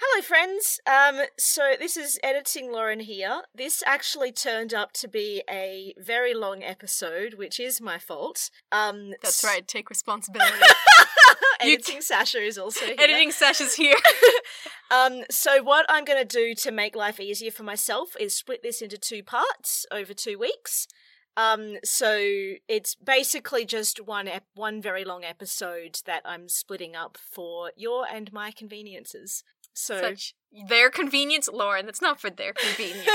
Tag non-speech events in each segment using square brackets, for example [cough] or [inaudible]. Hello, friends. Um, so this is editing Lauren here. This actually turned up to be a very long episode, which is my fault. Um, That's [laughs] right. [laughs] Take responsibility. You editing Sasha is also here. Editing sessions [laughs] here. Um, so what I'm going to do to make life easier for myself is split this into two parts over two weeks. Um, so it's basically just one ep- one very long episode that I'm splitting up for your and my conveniences. So Such their convenience, Lauren. That's not for their convenience.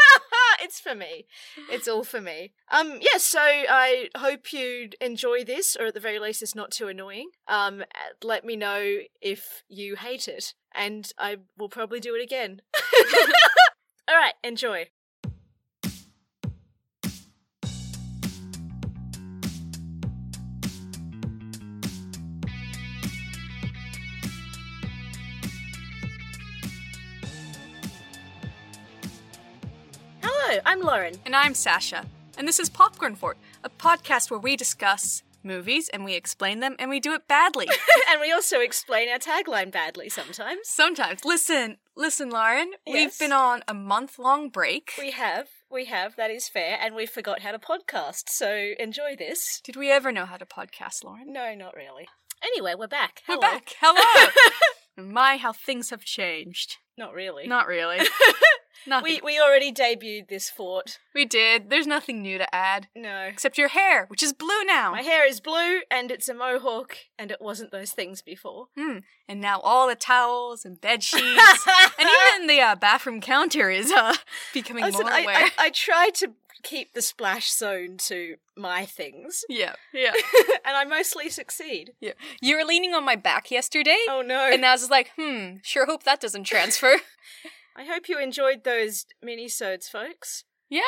[laughs] it's for me. It's all for me. Um, yeah, so I hope you enjoy this, or at the very least, it's not too annoying. Um, let me know if you hate it, and I will probably do it [laughs] again. all right, enjoy. Hello, I'm Lauren. [laughs] and I'm Sasha, and this is Popcorn Fort, a podcast where we discuss movies and we explain them and we do it [laughs] badly. [laughs] and we also explain our tagline badly sometimes. Sometimes. Listen, listen, Lauren. Yes. We've been on a month long break. We have, we have, that is fair, and we forgot how to podcast, so enjoy this. Did we ever know how to podcast, Lauren? No, not really. Anyway, we're back. Hello. We're back. [laughs] Hello. My, how things have changed. Not really. Not [laughs] really. Nothing. [laughs] we we already debuted this fort. we did. There's nothing new to add. No. Except your hair, which is blue now. My hair is blue and it's a mohawk and it wasn't those things [laughs] before. Hmm. And now all the towels and bed [laughs] sheets, and even the uh, bathroom counter is uh, [laughs] becoming Listen, more I, aware. I, I try to keep the splash zone to my things [laughs] [laughs] yeah, yeah, and I mostly succeed. yeah. You were leaning on my back yesterday, Oh no. and I was like, hmm, sure hope that doesn't [laughs] transfer. I hope you enjoyed those mini serds, folks. yeah,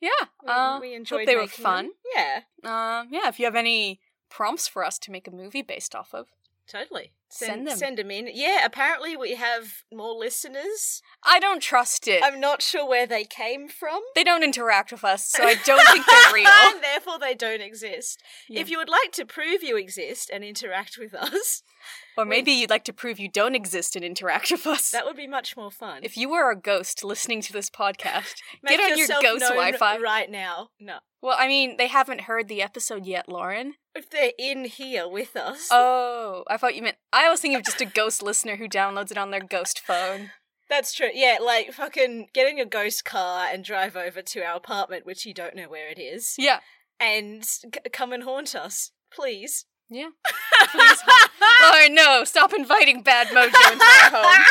yeah. We, uh, we hope enjoyed they were making fun. them. Yeah, Um, yeah. If you have any prompts for us to make a movie based off of, totally. Send them. Send them in. Yeah, apparently we have more listeners. I don't trust it. I'm not sure where they came from. they don't interact with us, so I don't [laughs] think [laughs] they're real. and therefore they don't exist. Yeah. If you would like to prove you exist and interact with us, [laughs] Or maybe you'd like to prove you don't exist and interact with us. that would be much more fun. If you were a ghost listening to this podcast, Make get on your yourself ghost known Wi-Fi. right now. No, Well, I mean, they haven't heard the episode yet, Lauren. if they're in here with us, Oh, I thought you meant. I was thinking of just a ghost listener who downloads it on their ghost phone. that's true. Yeah, like fucking get in your ghost car and drive over to our apartment, which you don't know where it is, Yeah, and c- come and haunt us, please. [laughs] yeah. Please, [laughs] Lauren, no, stop inviting bad mojo into [laughs] our home.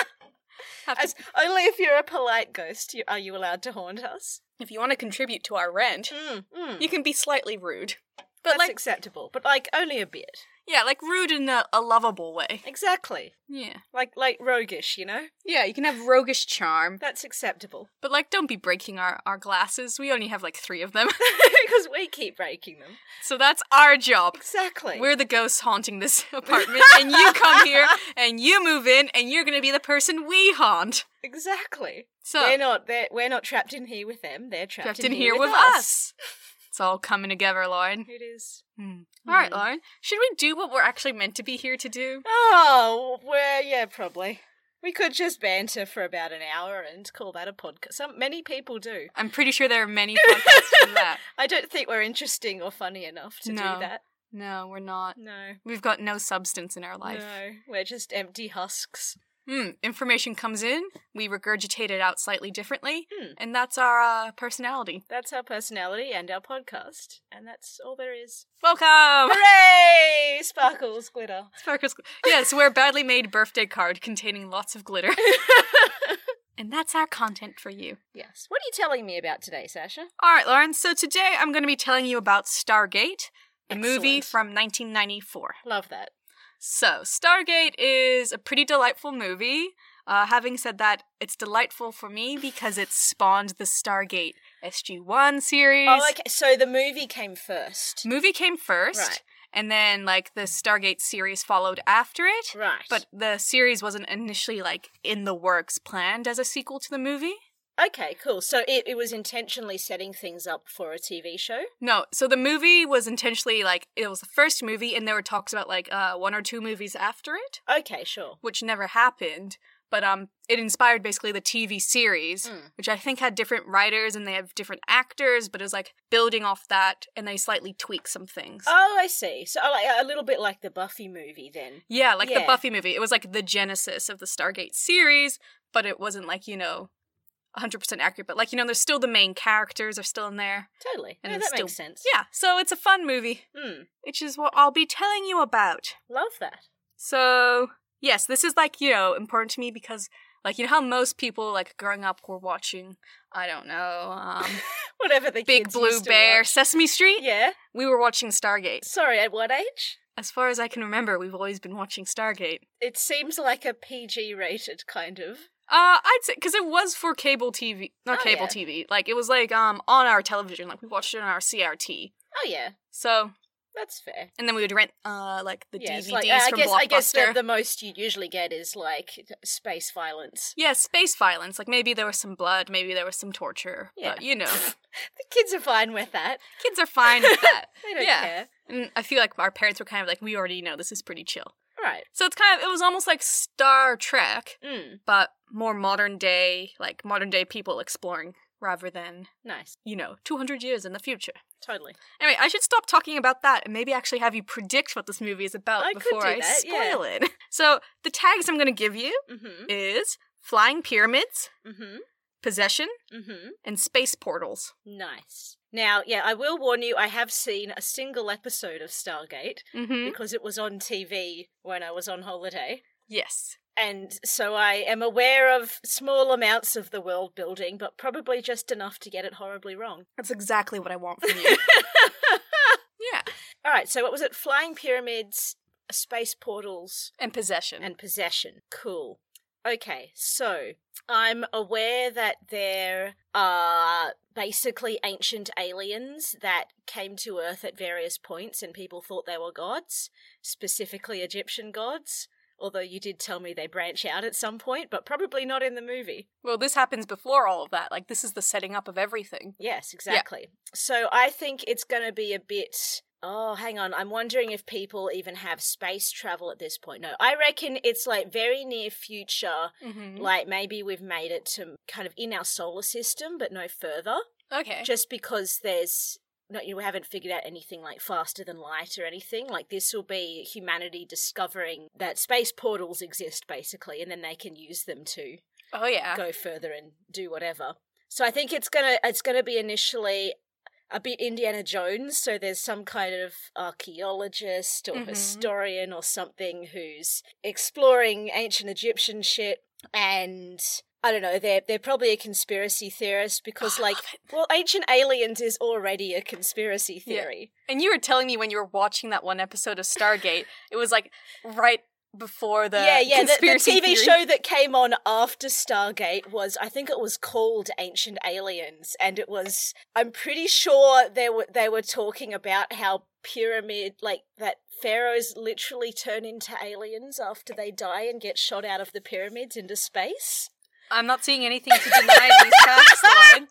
Have to- As, only if you're a polite ghost you, are you allowed to haunt us. if you want to contribute to our rent, Mm, mm. you can be slightly rude, but That's like, acceptable, but like only a bit. yeah, like rude in a, a lovable way. Exactly. Yeah, Like like roguish, you know? yeah. You can have roguish charm, That's acceptable. [laughs] but like, don't be breaking our our glasses. We only have like three of them. [laughs] because we keep breaking them. So that's our job. Exactly. We're the ghosts haunting this [laughs] apartment, and you come [laughs] here and you move in, and you're gonna be the person we haunt. exactly. So they're not they're, we're not trapped in here with them. They're trapped, trapped in here with us. It's all coming together, Lauren. Hmm. It is. Mm-hmm. All right, Lauren. Should we do what we're actually meant to be here to do? Oh, well, yeah, probably. We could just banter for about an hour and call that a podcast. Some many people do. I'm pretty sure there are many [laughs] podcasts for that. I don't think we're interesting or funny enough to No. do that. No, we're not. No. We've got no substance in our life. No, we're just empty husks. Hmm. Information comes in, we regurgitate it out slightly differently, Hmm. and that's our uh, personality. That's our personality and our podcast, and that's all there is. Welcome. Hooray! Sparkles, glitter. Sparkles. Yes, we're a badly made birthday card containing lots of [laughs] glitter. and that's our content for you. Yes. What are you telling me about today, Sasha? All right, Lauren. So today I'm going to be telling you about Stargate, a movie Excellent. from 1994. Love that. So, Stargate is a pretty delightful movie. Uh, having said that, it's delightful for me because it spawned the Stargate SG1 series. Oh, okay. So the movie came first. Movie came first, Right. and then like the Stargate series followed after it. Right. But the series wasn't initially like in the works planned as a sequel to the movie. okay, cool. So it, it was intentionally setting things up for a TV show. No, so the movie was intentionally like it was the first movie and there were talks about like uh one or two movies after it, Okay, sure. which never happened, But um, it inspired basically the TV series, Hmm. Mm. which I think had different writers and they have different actors, but it was like building off that and they slightly tweaked some things. Oh, I see. So uh, like, a little bit like the Buffy movie then. yeah, like yeah. the Buffy movie. It was like the genesis of the Stargate series, but it wasn't like, you know, 100% accurate. But like, you know, there's still the main characters are still in there. Totally. And no, that it's makes sense. Yeah, so it's a fun movie, Hmm. which is what I'll be telling you about. Love that. So, yes, this is like, you know, important to me because like you know how most people like growing up were watching, I don't know, um Whatever [laughs] the Big kids Blue used to Bear, watch. Sesame Street. Yeah. We were watching Stargate. Sorry, at what age? As far as I can remember, we've always been watching Stargate. It seems like a PG rated kind of. Uh, I'd say because it was for cable TV, not Oh, cable yeah. TV. Like it was like um on our television, like we watched it on our CRT. Oh yeah, So that's fair. and then we would rent uh like the yeah, DVDs it's like, uh, I from guess Blockbuster. I guess the, the most you usually get is like space violence. Yeah, space violence. Like maybe there was some blood, maybe there was some torture. Yeah. But [laughs] you know, The kids are fine with that. kids are fine with that. They don't Yeah. care. And I feel like our parents were kind of like, we already know this is pretty chill. Right. So it's kind of it was almost like Star Trek, Mm, but more modern day, like modern day people exploring rather than, nice. you know, 200 years in the future. Totally. Anyway, I should stop talking about that and maybe actually have you predict what this movie is about I could before do I that, yeah. spoil it. [laughs] So the tags I'm going to give you Mhm. is flying pyramids, Mhm. possession, Mhm. and space portals. Nice. Now, yeah, I will warn you. I have seen a single episode of Stargate Mm-hmm. because it was on TV when I was on holiday. Yes. And so I am aware of small amounts of the world building, but probably just enough to get it horribly wrong. That's exactly what I want from [laughs] you. yeah. All right, so what was it? Flying pyramids, space portals, And possession. and possession. Cool. Okay, so I'm aware that there are basically ancient aliens that came to Earth at various points and people thought they were gods, specifically Egyptian gods. Although you did tell me they branch out at some point, but probably not in the movie. Well, this happens before all of that. Like, this is the setting up of everything. Yes, exactly. So I think it's going to be a bit. Oh, hang on. I'm wondering if people even have space travel at this point. No, I reckon it's like very near future. Mm-hmm. Like maybe we've made it to kind of in our solar system, but no further. Okay. Just because there's not you haven't figured out anything like faster than light or anything. Like this will be humanity discovering that space portals exist basically, and then they can use them to oh, yeah. go further and do whatever. So I think it's gonna it's gonna be initially a bit Indiana Jones. So there's some kind of archaeologist or Mhm. historian or something who's exploring ancient Egyptian shit and. I don't know. They're they're probably a conspiracy theorist because, [gasps] I like, love well, ancient aliens is already a conspiracy Yeah. theory. And you were telling me when you were watching that one episode of Stargate, it was like right before the yeah, yeah. The, the conspiracy TV theory. show that came on after Stargate was, I think it was called Ancient Aliens, and it was. I'm pretty sure they were they were talking about how pyramid, like that pharaohs literally turn into aliens after they die and get shot out of the pyramids into space. I'm not seeing anything to deny these [laughs] facts, Lauren.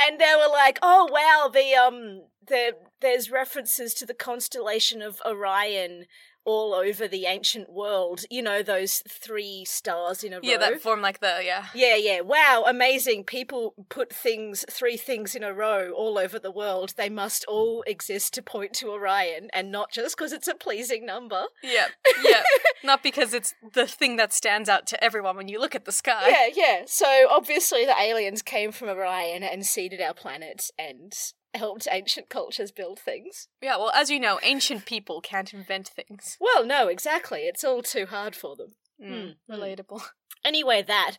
And they were like, "Oh wow, the um, the there's references to the constellation of Orion." All over the ancient world, you know those three stars in a row. Yeah, that form like the yeah. Yeah, yeah. Wow, amazing. People put things, three things in a row all over the world. They must all exist to point to Orion and not just because it's a pleasing number. Yeah, [laughs] yeah. Not because it's the thing that stands out to everyone when you look at the sky. Yeah, yeah. So obviously the aliens came from Orion and seeded our planet and helped ancient cultures build things. Yeah, well, as you know, ancient people can't invent things. Well, no, exactly. It's all too hard for them. Mm, Mm, mm. [laughs] Relatable. Anyway, that.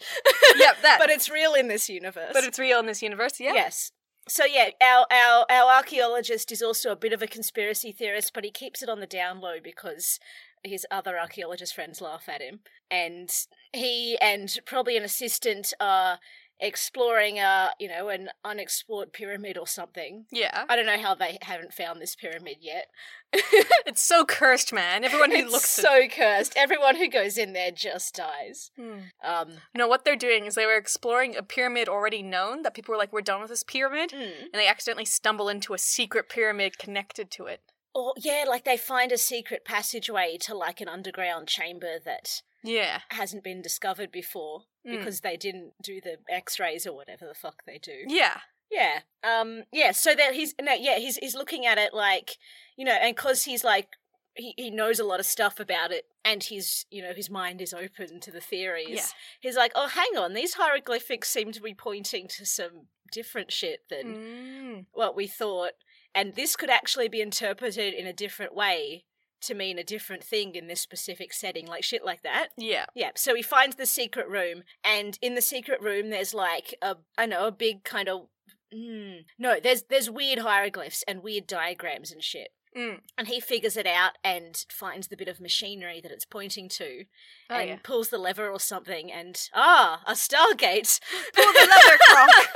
yep, [laughs] [laughs] that. But it's real in this universe. but it's real in this universe, yeah? Yes. So yeah, our our our archaeologist is also a bit of a conspiracy theorist, but he keeps it on the down low because his other archaeologist friends laugh at him. And he and probably an assistant are exploring a, you know, an unexplored pyramid or something. Yeah. I don't know how they haven't found this pyramid [laughs] yet. It's so cursed, man. Everyone who it's looks at so cursed. Everyone who goes in there just dies. Hmm. Um No, what they're doing is they were exploring a pyramid already known that people were like, we're done with this pyramid. mm. And they accidentally stumble into a secret pyramid connected to it. Or yeah, like they find a secret passageway to like an underground chamber that Yeah. hasn't been discovered before Mm. because they didn't do the X-rays or whatever the fuck they do. Yeah. Yeah. Um. Yeah. So that he's no. Yeah. He's he's looking at it like you know, and because he's like he he knows a lot of stuff about it, and his you know his mind is open to the theories. Yeah. He's like, oh, hang on, these hieroglyphics seem to be pointing to some different shit than Mm. what we thought, and this could actually be interpreted in a different way to mean a different thing in this specific setting, like shit like that. Yeah. Yeah, so he finds the secret room, and in the secret room, there's like a I know a big kind of mm, no, there's there's weird hieroglyphs and weird diagrams and shit, Mm. and he figures it out and finds the bit of machinery that it's pointing to, Oh, and yeah. pulls the lever or something, and ah, a stargate. [laughs] Pull the leather crock.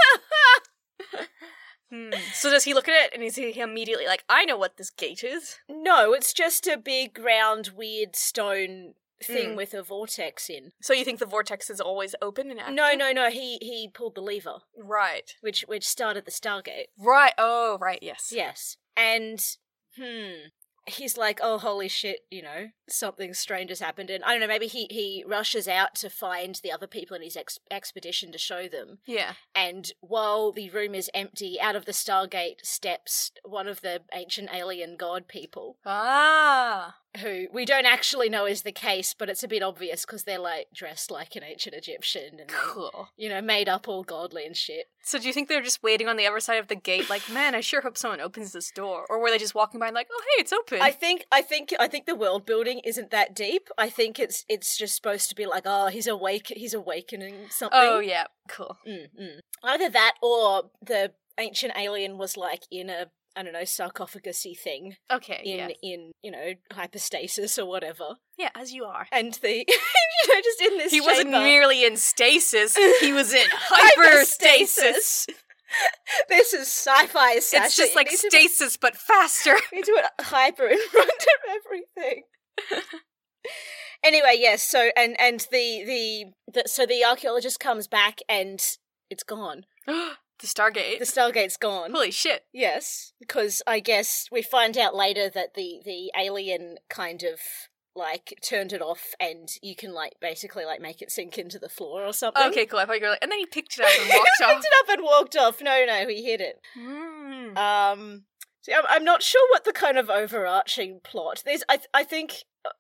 [laughs] Hmm. So does he look at it and is he immediately like, I know what this gate is? No, it's just a big round weird stone thing Mm. with a vortex in. So you think the vortex is always open and active? No, no, no. He he pulled the lever, Right. which which started the stargate. Right. Oh, right. Yes. Yes. And hmm. He's like, oh holy shit, you know, something strange has happened and I don't know, maybe he, he rushes out to find the other people in his ex- expedition to show them. Yeah. And while the room is empty, out of the Stargate steps one of the ancient alien god people, Ah. who we don't actually know is the case, but it's a bit obvious because they're like dressed like an ancient Egyptian and they, Cool. you know, made up all godly and shit. So do you think they're just waiting on the other side of the gate, like, man, I sure hope someone opens this door, or were they just walking by and like, oh, hey, it's open? I think I think I think the world building isn't that deep. I think it's it's just supposed to be like, oh, he's awake, he's awakening something. oh yeah. Cool. Mm, mm. Either that or the ancient alien was like in a I don't know sarcophagusy thing Okay. in yeah. in you know hyperstasis or whatever, Yeah. As you are. and the [laughs] you know just in this He wasn't chamber, merely in stasis; he was in [laughs] hyperstasis. [laughs] This is sci-fi. Sasha. It's just You like need to- stasis, but faster. We do it hyper in front of everything. anyway, yes. So and and the, the the so the archaeologist comes back and it's gone. [gasps] the The Stargate. Stargate's gone. Holy shit. Yes, because I guess we find out later that the the alien kind of like turned it off, and you can like basically like make it sink into the floor or something. Okay, cool. I thought you were like, and then he picked it up [laughs] and He walked off. picked it up and walked off. No, no, he hid it. Mm. Um, so I'm, I'm not sure what the kind of overarching plot. There's, I, th- I think,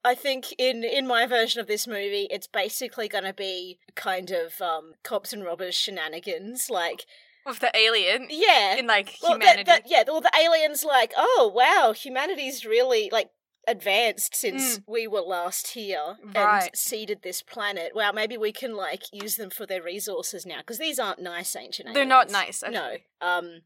I think in in my version of this movie, it's basically going to be kind of um cops and robbers shenanigans. Like, Of the alien yeah, in like well, humanity. That, that, yeah, well, the aliens like, oh wow, humanity's really like advanced since we were last here and Mm. Right. seeded this planet. Wow, maybe we can like use them for their resources now because these aren't nice ancient. They're not aliens. nice. No. Um,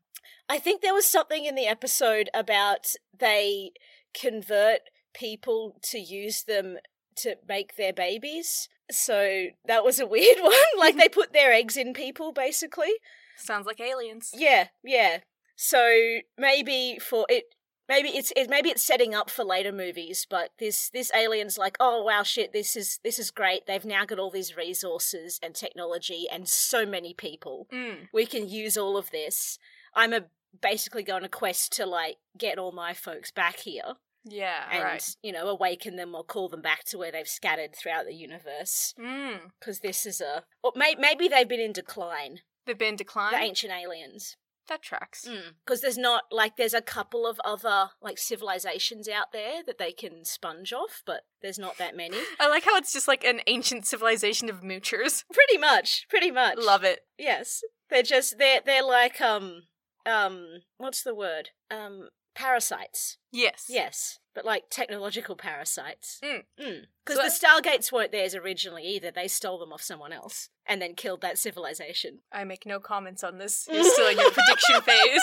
I think there was something in the episode about they convert people to use them to make their babies. So that was a [laughs] weird one. like they put their eggs in people, basically. Sounds like aliens. Yeah, yeah. So maybe for it, maybe it's it, maybe it's setting up for later movies. But this this alien's like, oh wow, shit, this is this is great. They've now got all these resources and technology and so many people Mm. we can use all of this. I'm a, basically going on a quest to like get all my folks back here Yeah. and right. you know awaken them or call them back to where they've scattered throughout the universe Mm. because this is a or may, maybe they've been in decline They've been declined. the ancient Mm. aliens That tracks. because there's not like there's a couple of other like civilizations out there that they can sponge off but there's not that many I like how it's just like an ancient civilization of moochers. [laughs] pretty much pretty much Love it. Yes. They're just they're they're like um um what's the word? Um parasites. Yes. Yes. But like technological parasites. Mm. Because So- the Stargates weren't theirs originally either. They stole them off someone else and then killed that civilization. I make no comments on this. [laughs] You're still in your prediction phase.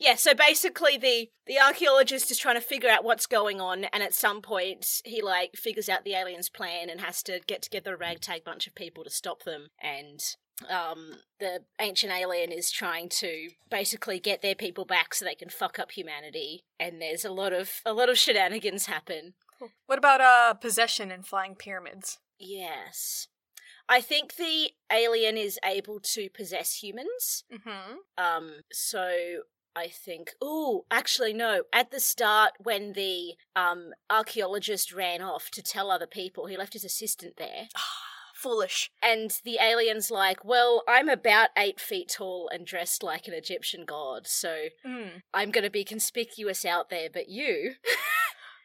Yeah, so basically the the archaeologist is trying to figure out what's going on and at some point he like figures out the aliens plan and has to get together a ragtag bunch of people to stop them and um the ancient alien is trying to basically get their people back so they can fuck up humanity and there's a lot of a lot of shenanigans happen. What about uh possession and flying pyramids? Yes. I think the alien is able to possess humans. Mm-hmm. Um, so I think. Ooh, actually, no. At the start, when the um, archaeologist ran off to tell other people, he left his assistant there. Foolish. And the alien's like, Well, I'm about eight feet tall and dressed like an Egyptian god, so Mm. I'm going to be conspicuous out there, but you.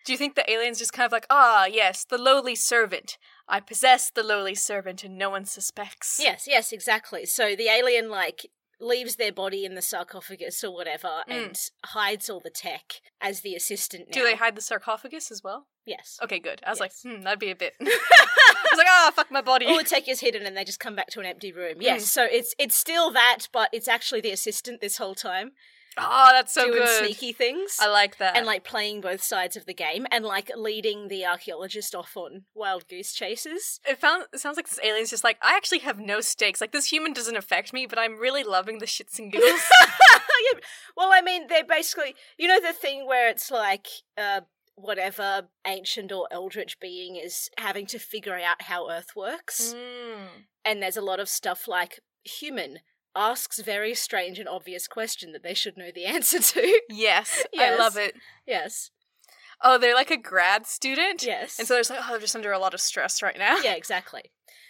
Do you think the aliens just kind of like, ah, yes, the lowly servant. I possess the lowly servant and no one suspects. Yes, yes, exactly. So the alien, like, leaves their body in the sarcophagus or whatever Mm. and hides all the tech as the assistant now. Do they oh, hide the sarcophagus as well? Yes. Okay, good. I was Yes. Oh, like, hmm, that'd be [laughs] a bit. I was like, ah, fuck my body. All the tech is hidden, and they just come back to an empty room. Yes, Mm. so it's it's still that, but it's actually the assistant this whole time [laughs] Ah, that's so doing good. sneaky things I like that. and like playing both sides of the game and like leading the archaeologist off on wild goose chases. it, found, it sounds like this alien's just like, I actually have no stakes. Like, this human doesn't affect me, but I'm really loving the shits and giggles. [laughs] Yeah, well, I mean, they're basically you know the thing where it's like uh, whatever ancient or eldritch being is having to figure out how Earth works. Mm. and there's a lot of stuff like human asks very strange and obvious question that they should know the [laughs] answer to. Yes, Yes. I love it. yes. Oh, they're like a grad student. Yes. And so [laughs] there's like, oh, they're just under a lot of stress right now. yeah, exactly.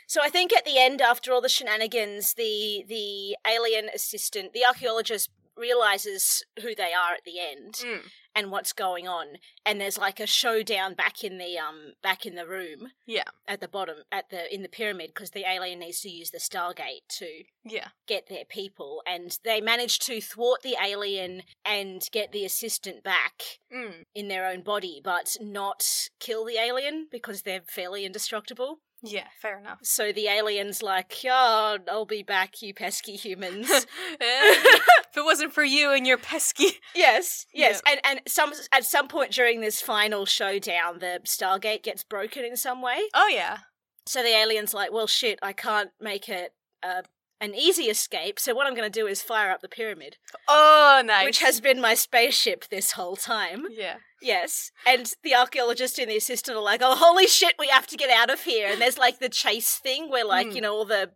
So I think at the end after all the shenanigans, the the alien assistant, the archaeologist realizes who they are at the end Mm. and what's going on and there's like a showdown back in the um back in the room Yeah. at the bottom at the in the pyramid because the alien needs to use the stargate to Yeah. get their people and they manage to thwart the alien and get the assistant back Mm. in their own body but not kill the alien because they're fairly indestructible Yeah, fair enough. so the alien's like oh i'll be back you pesky [laughs] humans [laughs] if it wasn't for you and your pesky. [laughs] yes yes and and some at some point during this final showdown the stargate gets broken in some way Oh, yeah. so the alien's like well shit i can't make it uh, an easy escape so what i'm going to do is fire up the pyramid Oh, nice. which has been my spaceship this whole time. [laughs] Yeah. Yes. And the archaeologist and the assistant are like, oh, holy shit, we have to get out of here. And there's like the chase thing where, like, Hmm. you know, all the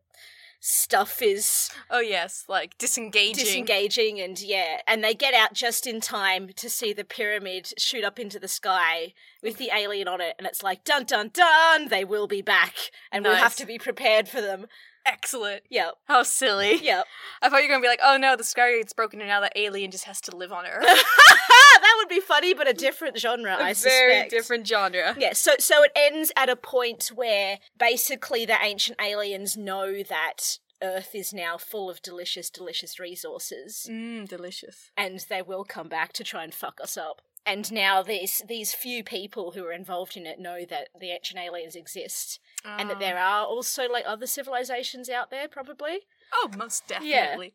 stuff is Oh, yes. Like disengaging. disengaging and yeah and they get out just in time to see the pyramid shoot up into the sky with the alien on it and it's like dun dun dun they will be back and we'll have Nice. to be prepared for them Excellent. [laughs] yeah How silly. yeah I thought you were going to be like, oh, no, the Stargate's broken and now the alien just has to live on Earth. that would be funny but a different genre [laughs] I A suspect genre. Yeah, so so it ends at a point where basically the ancient aliens know that Earth is now full of delicious, delicious resources, Mmm, delicious. and they will come back to try and fuck us up. And now these these few people who are involved in it know that the ancient aliens exist, Uh, and Ah. that there are also like other civilizations out there, probably. Oh, most Yeah. [laughs] definitely.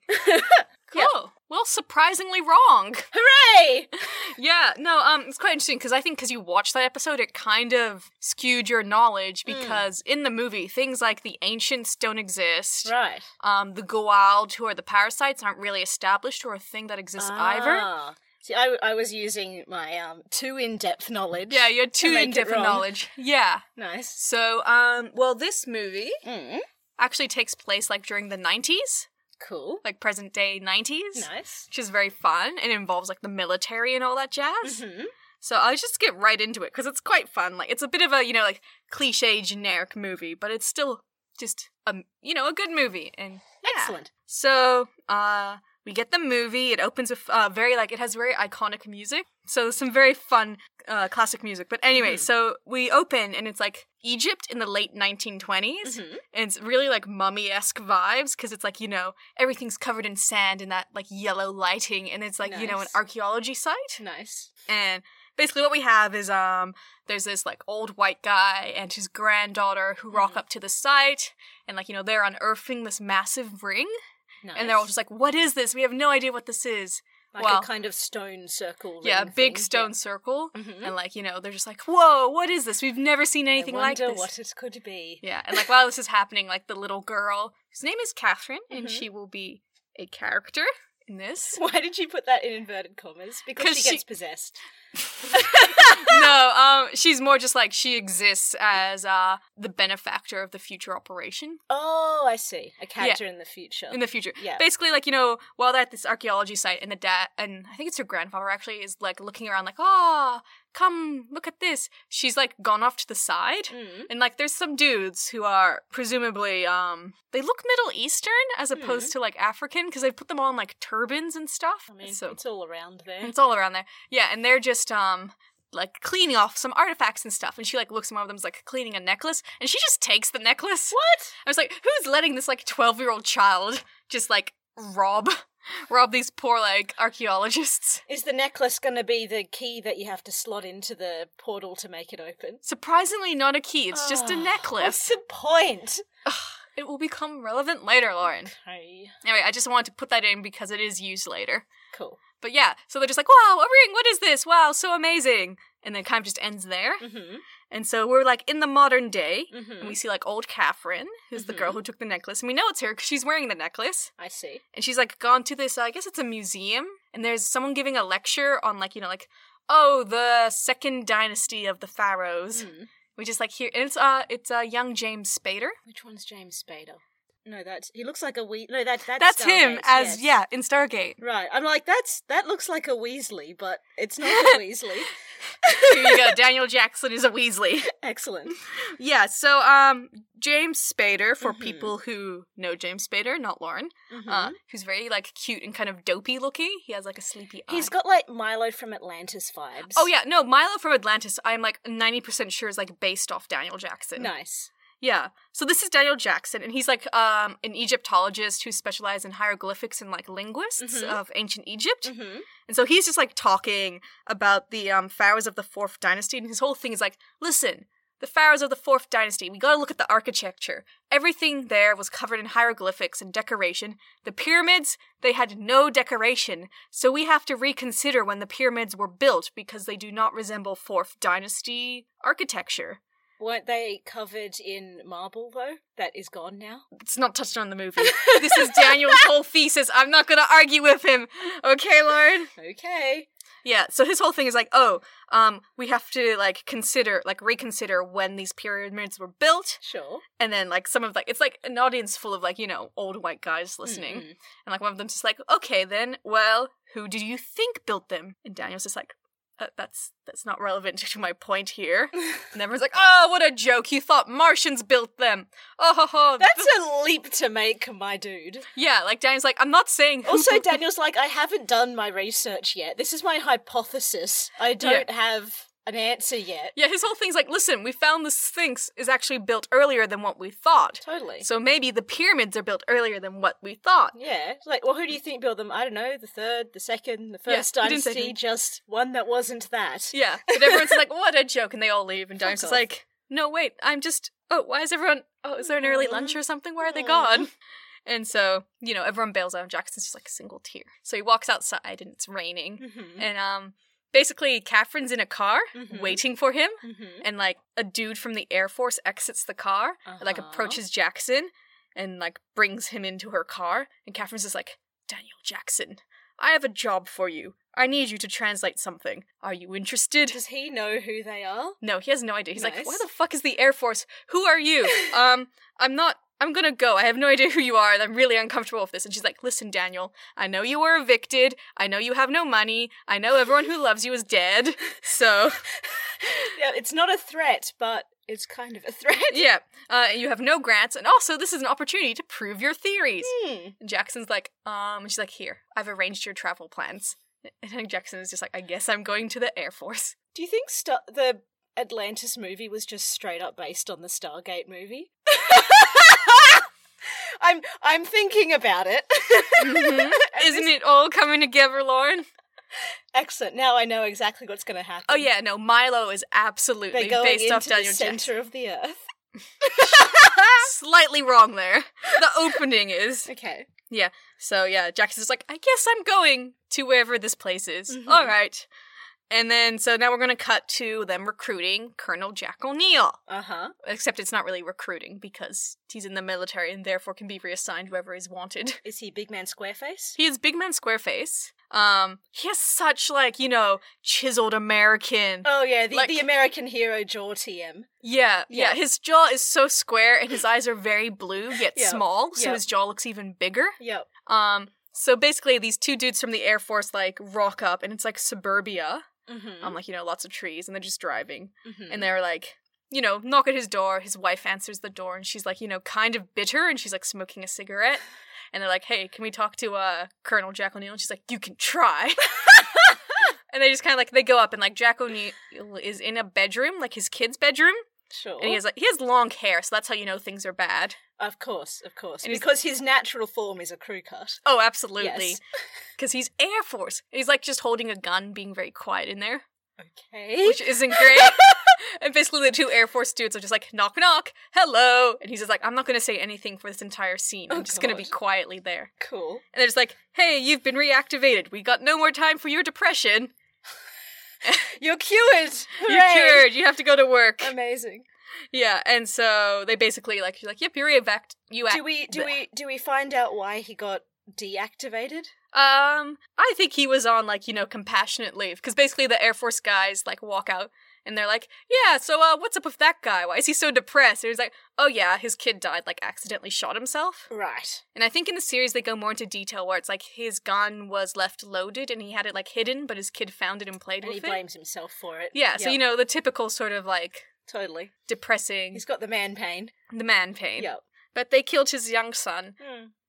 cool. Well, surprisingly wrong. Hooray! Yeah, no, um, it's quite interesting because I think because you watched that episode, it kind of skewed your knowledge Hmm. because in the movie, things like the ancients don't exist. [laughs] right. Um, the Goa'uld, who are the parasites, aren't really established or a thing that exists either. Ah. See, I, I was using my um too in depth knowledge. Yeah, you're two make in it different wrong. [laughs] knowledge. Yeah. Nice. So, um, well, this movie Mm. actually takes place like during the 90s, Cool. like present day 90s. Nice. Which is very fun and involves like the military and all that jazz. Mm-hmm. So I'll just get right into it because it's quite fun. Like it's a bit of a you know like cliche generic movie, but it's still just um you know a good movie. And yeah. Excellent. So uh, we get the movie. It opens with uh, very like it has very iconic music. So there's some very fun uh, classic music. But anyway, Mhm. so we open and it's like Egypt in the late 1920s. Mhm. And it's really like mummy esque vibes because it's like, you know, everything's covered in sand and that like yellow lighting. And it's like, you know, an Nice. archaeology site. Nice. And basically what we have is um there's this like old white guy and his granddaughter who rock Mhm. up to the site and like you know they're unearthing this massive ring Nice. and they're all just like what is this? We have no idea what this is. like well- a kind of stone circle. yeah, ring big thing. stone circle. Yeah. Mhm. And like, you know, they're just like, "Whoa, what is this? We've never seen anything I like wonder this." what it could be. Yeah, and like while this is happening, like the little girl whose name is Catherine, and Mhm. she will be a character in this. [laughs] Why did you put that in inverted commas? Because 'Cause she she- gets possessed. no, um, she's more just like she exists as uh, the benefactor of the future operation Oh, I see. A character in the future. in the future. yeah. Basically, like you know, while they're at this archaeology site, and the dad and I think it's her grandfather actually is like looking around, like, "Ah, come look at this." She's like gone off to the side, Mm. and like there's some dudes who are presumably um they look Middle Eastern as Hmm. opposed to like African because they put them all in like turbans and stuff. I mean, so it's all around there. it's all around there. Yeah, and they're just um like cleaning off some artifacts and stuff. And she like looks at one of them's like cleaning a necklace, and she just takes the [laughs] necklace. What? I was like, who's letting this like twelve year old child just like rob [laughs] rob these poor like archaeologists? Is the necklace going to be the key that you have to slot into the portal to make it open? Surprisingly, not a key. It's just a Ugh, What's necklace. the point? It will become relevant later, Lauren. Okay, Anyway, I just wanted to put that in because it is used later. cool. But yeah, so they're just like, wow, a ring, what is this? Wow, so amazing. And then kind of just ends there. Mm-hmm. And so we're like in the modern day. And Mm-hmm. we see like old Catherine, who's the girl Mhm. who took the necklace, and we know it's her because she's wearing the necklace. I see. And she's like gone to this, uh, I guess it's a museum, and there's someone giving a lecture on like you know like oh the second dynasty of the pharaohs. Mm. We just like hear and it's uh it's uh young James Spader. Which one's James Spader? No, that's he looks like a wee. No, that that's, That's him Stargate, yes. as yeah in [laughs] Stargate. Right, I'm like that's that looks like a Weasley, but it's [laughs] not a Weasley. Here you go, Daniel Jackson is a [laughs] Weasley. Excellent. yeah, so um James Spader for Mhm. people who know James Spader, not Lauren, uh, Mm-hmm. who's very like cute and kind of dopey looking. He has like a sleepy eye. He's got like Milo from Atlantis vibes. Uh, Oh yeah, no, Milo from Atlantis. I'm like 90% sure is like based off Daniel Jackson. nice. Yeah. So this is Daniel Jackson and he's like um an Egyptologist who specializes in hieroglyphics and like linguists Mhm. of ancient Egypt. Mm-hmm. And so he's just like talking about the um pharaohs of the 4th dynasty and his whole thing is like, "Listen, the pharaohs of the 4th dynasty, we got to look at the architecture. Everything there was covered in hieroglyphics and decoration. The pyramids, they had no decoration. So we have to reconsider when the pyramids were built because they do not resemble 4th dynasty architecture." Weren't they covered in marble though? That is gone now. it's not touched on in the [laughs] movie. [laughs] this is Daniel's whole thesis. I'm not going to argue with him. Okay, Lauren? Okay. Yeah, so his whole thing is like, oh, um, we have to like consider, like reconsider when these pyramids were built, Sure. and then like some of like it's like an audience full of like you know old white guys listening, Mm-mm. and like one of them's just like, okay, then, well, who do you think built them? And Daniel's just like, uh, that's that's not relevant [laughs] to my point here. And everyone's like, oh, what a joke! You thought Martians built them? Oh ho ho! [laughs] That's a leap to make, my dude. Yeah, like Daniel's like, I'm not saying. who- [laughs] Also, Daniel's like, I haven't done my research yet. This is my hypothesis. I don't have an answer yet. yeah, his whole thing's like, listen, we found the Sphinx is actually built earlier than what we thought. Totally. So maybe the pyramids are built earlier than what we thought. yeah. It's Like, well, who do you think built them? I don't know. The third, the second, the Yeah, first he didn't say dynasty, who. just one that wasn't that. Yeah, [laughs] but everyone's like, what a joke, and they all leave. And Fuck Daniel's just off. like, no, wait, I'm just. Oh, why is everyone? Oh, is there an early Aw. lunch or something? Why are they Aw. gone? And so you know, everyone bails out, and Jackson's just like a single tear. So he walks outside, and it's raining, Mm-hmm. and um. Basically, Catherine's in a car Mhm. waiting for him, Mm-hmm. and like a dude from the air force exits the car like approaches jackson and like brings him into her car and catherine's just like daniel jackson i have a job for you i need you to translate something are you interested Does he know who they are? no he has no idea he's like why Nice. the fuck is the air force who are you um i'm not i'm gonna go i have no idea who you are and i'm really uncomfortable with this and she's like listen daniel i know you were evicted i know you have no money i know everyone who loves you is dead so Yeah, it's not a threat, but it's kind of a [laughs] threat. yeah uh, you have no grants and also this is an opportunity to prove your theories Hmm. And Jackson's like, um, and she's like, here, I've arranged your travel plans. [laughs] And Jackson is just like, I guess I'm going to the Air Force. [laughs] Do you think Star- the Atlantis movie was just straight up based on the Stargate movie? [laughs] I'm I'm thinking about it. [laughs] Mhm. Isn't it all coming together, Lauren? Excellent. Now I know exactly what's going to happen. Oh, yeah, no, Milo is absolutely they're going based into off the Daniel Jackson. center of the Earth. [laughs] Slightly wrong there. The opening is. Okay. So, yeah, Jackson's like, I guess I'm going to wherever this place is. Mhm. All right. And then, so now we're going to cut to them recruiting Colonel Jack O'Neill. Uh huh. except it's not really recruiting because he's in the military and therefore can be reassigned whoever is wanted. [laughs] Is he Big Man Squareface? He is Big Man Squareface. Um, he has such like you know chiseled American. Oh yeah, the, Like- the American hero jaw TM. Yeah, yeah, Yeah. His jaw is so square, and his eyes are very blue yet Yeah, small, so yeah. his jaw looks even bigger. Yep. Um, so basically, these two dudes from the Air Force like rock up, and it's like suburbia. Mm-hmm. Um, like you know, lots of trees, and they're just driving, mm-hmm. and they're like. You know, knock at his door. His wife answers the door, and she's like, you know, kind of bitter, and she's like smoking [laughs] a cigarette. And they're like, "Hey, can we talk to uh, Colonel Jack O'Neill?" And she's like, "You can [laughs] try." [laughs] and they just kind of like they go up, and like Jack O'Neill is in a bedroom, like his kid's bedroom, sure. and he has like he has long hair, so that's how you know things are bad. of course, of course. And he's- because his natural form is a crew cut. Oh, absolutely. Yes. Because he's Air Force. And he's like just holding a gun, being very quiet in there, Okay. which isn't great. [laughs] and basically, the two Air Force dudes are just like, knock, knock, hello. And he's just like, I'm not going to say anything for this entire scene. I'm Oh, just going to be God. quietly there. cool. And they're just like, hey, you've been reactivated. We got no more time for your depression. You're cured. Hooray! Um, You're cured. You have to go to work. Amazing. yeah. And so they basically like, she's like, yep, you're reevac- you Do we do we do we find out why he got deactivated? Um, I think he was on like you know compassionate leave because basically the Air Force guys like walk out and they're like, yeah, so uh, what's up with that guy? Why is he so depressed? And he's like, oh yeah, his kid died, like accidentally shot himself. Right. And I think in the series they go more into detail where it's like his gun was left loaded and he had it like hidden, but his kid found it and played And he with it. blames himself for it. Yeah, so you know the typical sort of like Totally. depressing He's got the man pain. the man pain. Yep. But they killed his young son,